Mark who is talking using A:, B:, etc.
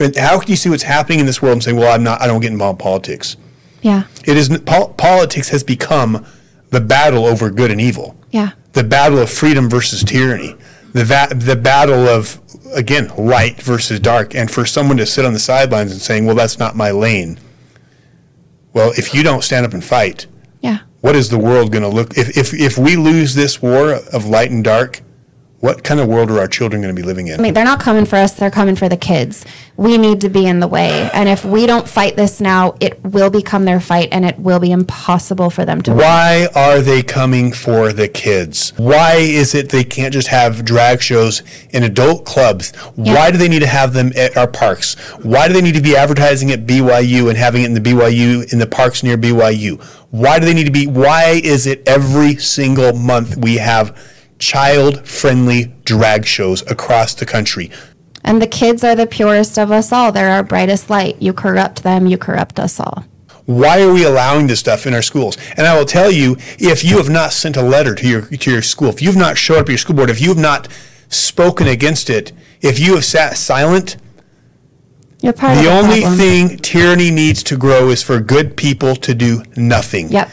A: And how can you see what's happening in this world and say, "Well, I'm not. I don't get involved in politics."
B: Yeah.
A: It is pol- politics has become the battle over good and evil,
B: Yeah.
A: the battle of freedom versus tyranny, the va- the battle of again light versus dark. And for someone to sit on the sidelines and saying, "Well, that's not my lane," well, if you don't stand up and fight,
B: Yeah.
A: what is the world going to look if, if if we lose this war of light and dark? What kind of world are our children going to be living in?
B: I mean, they're not coming for us, they're coming for the kids. We need to be in the way. And if we don't fight this now, it will become their fight and it will be impossible for them to win.
A: Why are they coming for the kids? Why is it they can't just have drag shows in adult clubs? Why do they need to have them at our parks? Why do they need to be advertising at BYU and having it in the BYU in the parks near BYU? Why do they need to be why is it every single month we have child-friendly drag shows across the country?
B: And the kids are the purest of us all. They're our brightest light. You corrupt them, you corrupt us all.
A: Why are we allowing this stuff in our schools? And I will tell you, if you have not sent a letter to your to your school, if you've not showed up at your school board, if you've not spoken against it, if you have sat silent,
B: You're part of
A: the
B: the
A: only
B: problem.
A: thing tyranny needs to grow is for good people to do nothing.
B: Yep.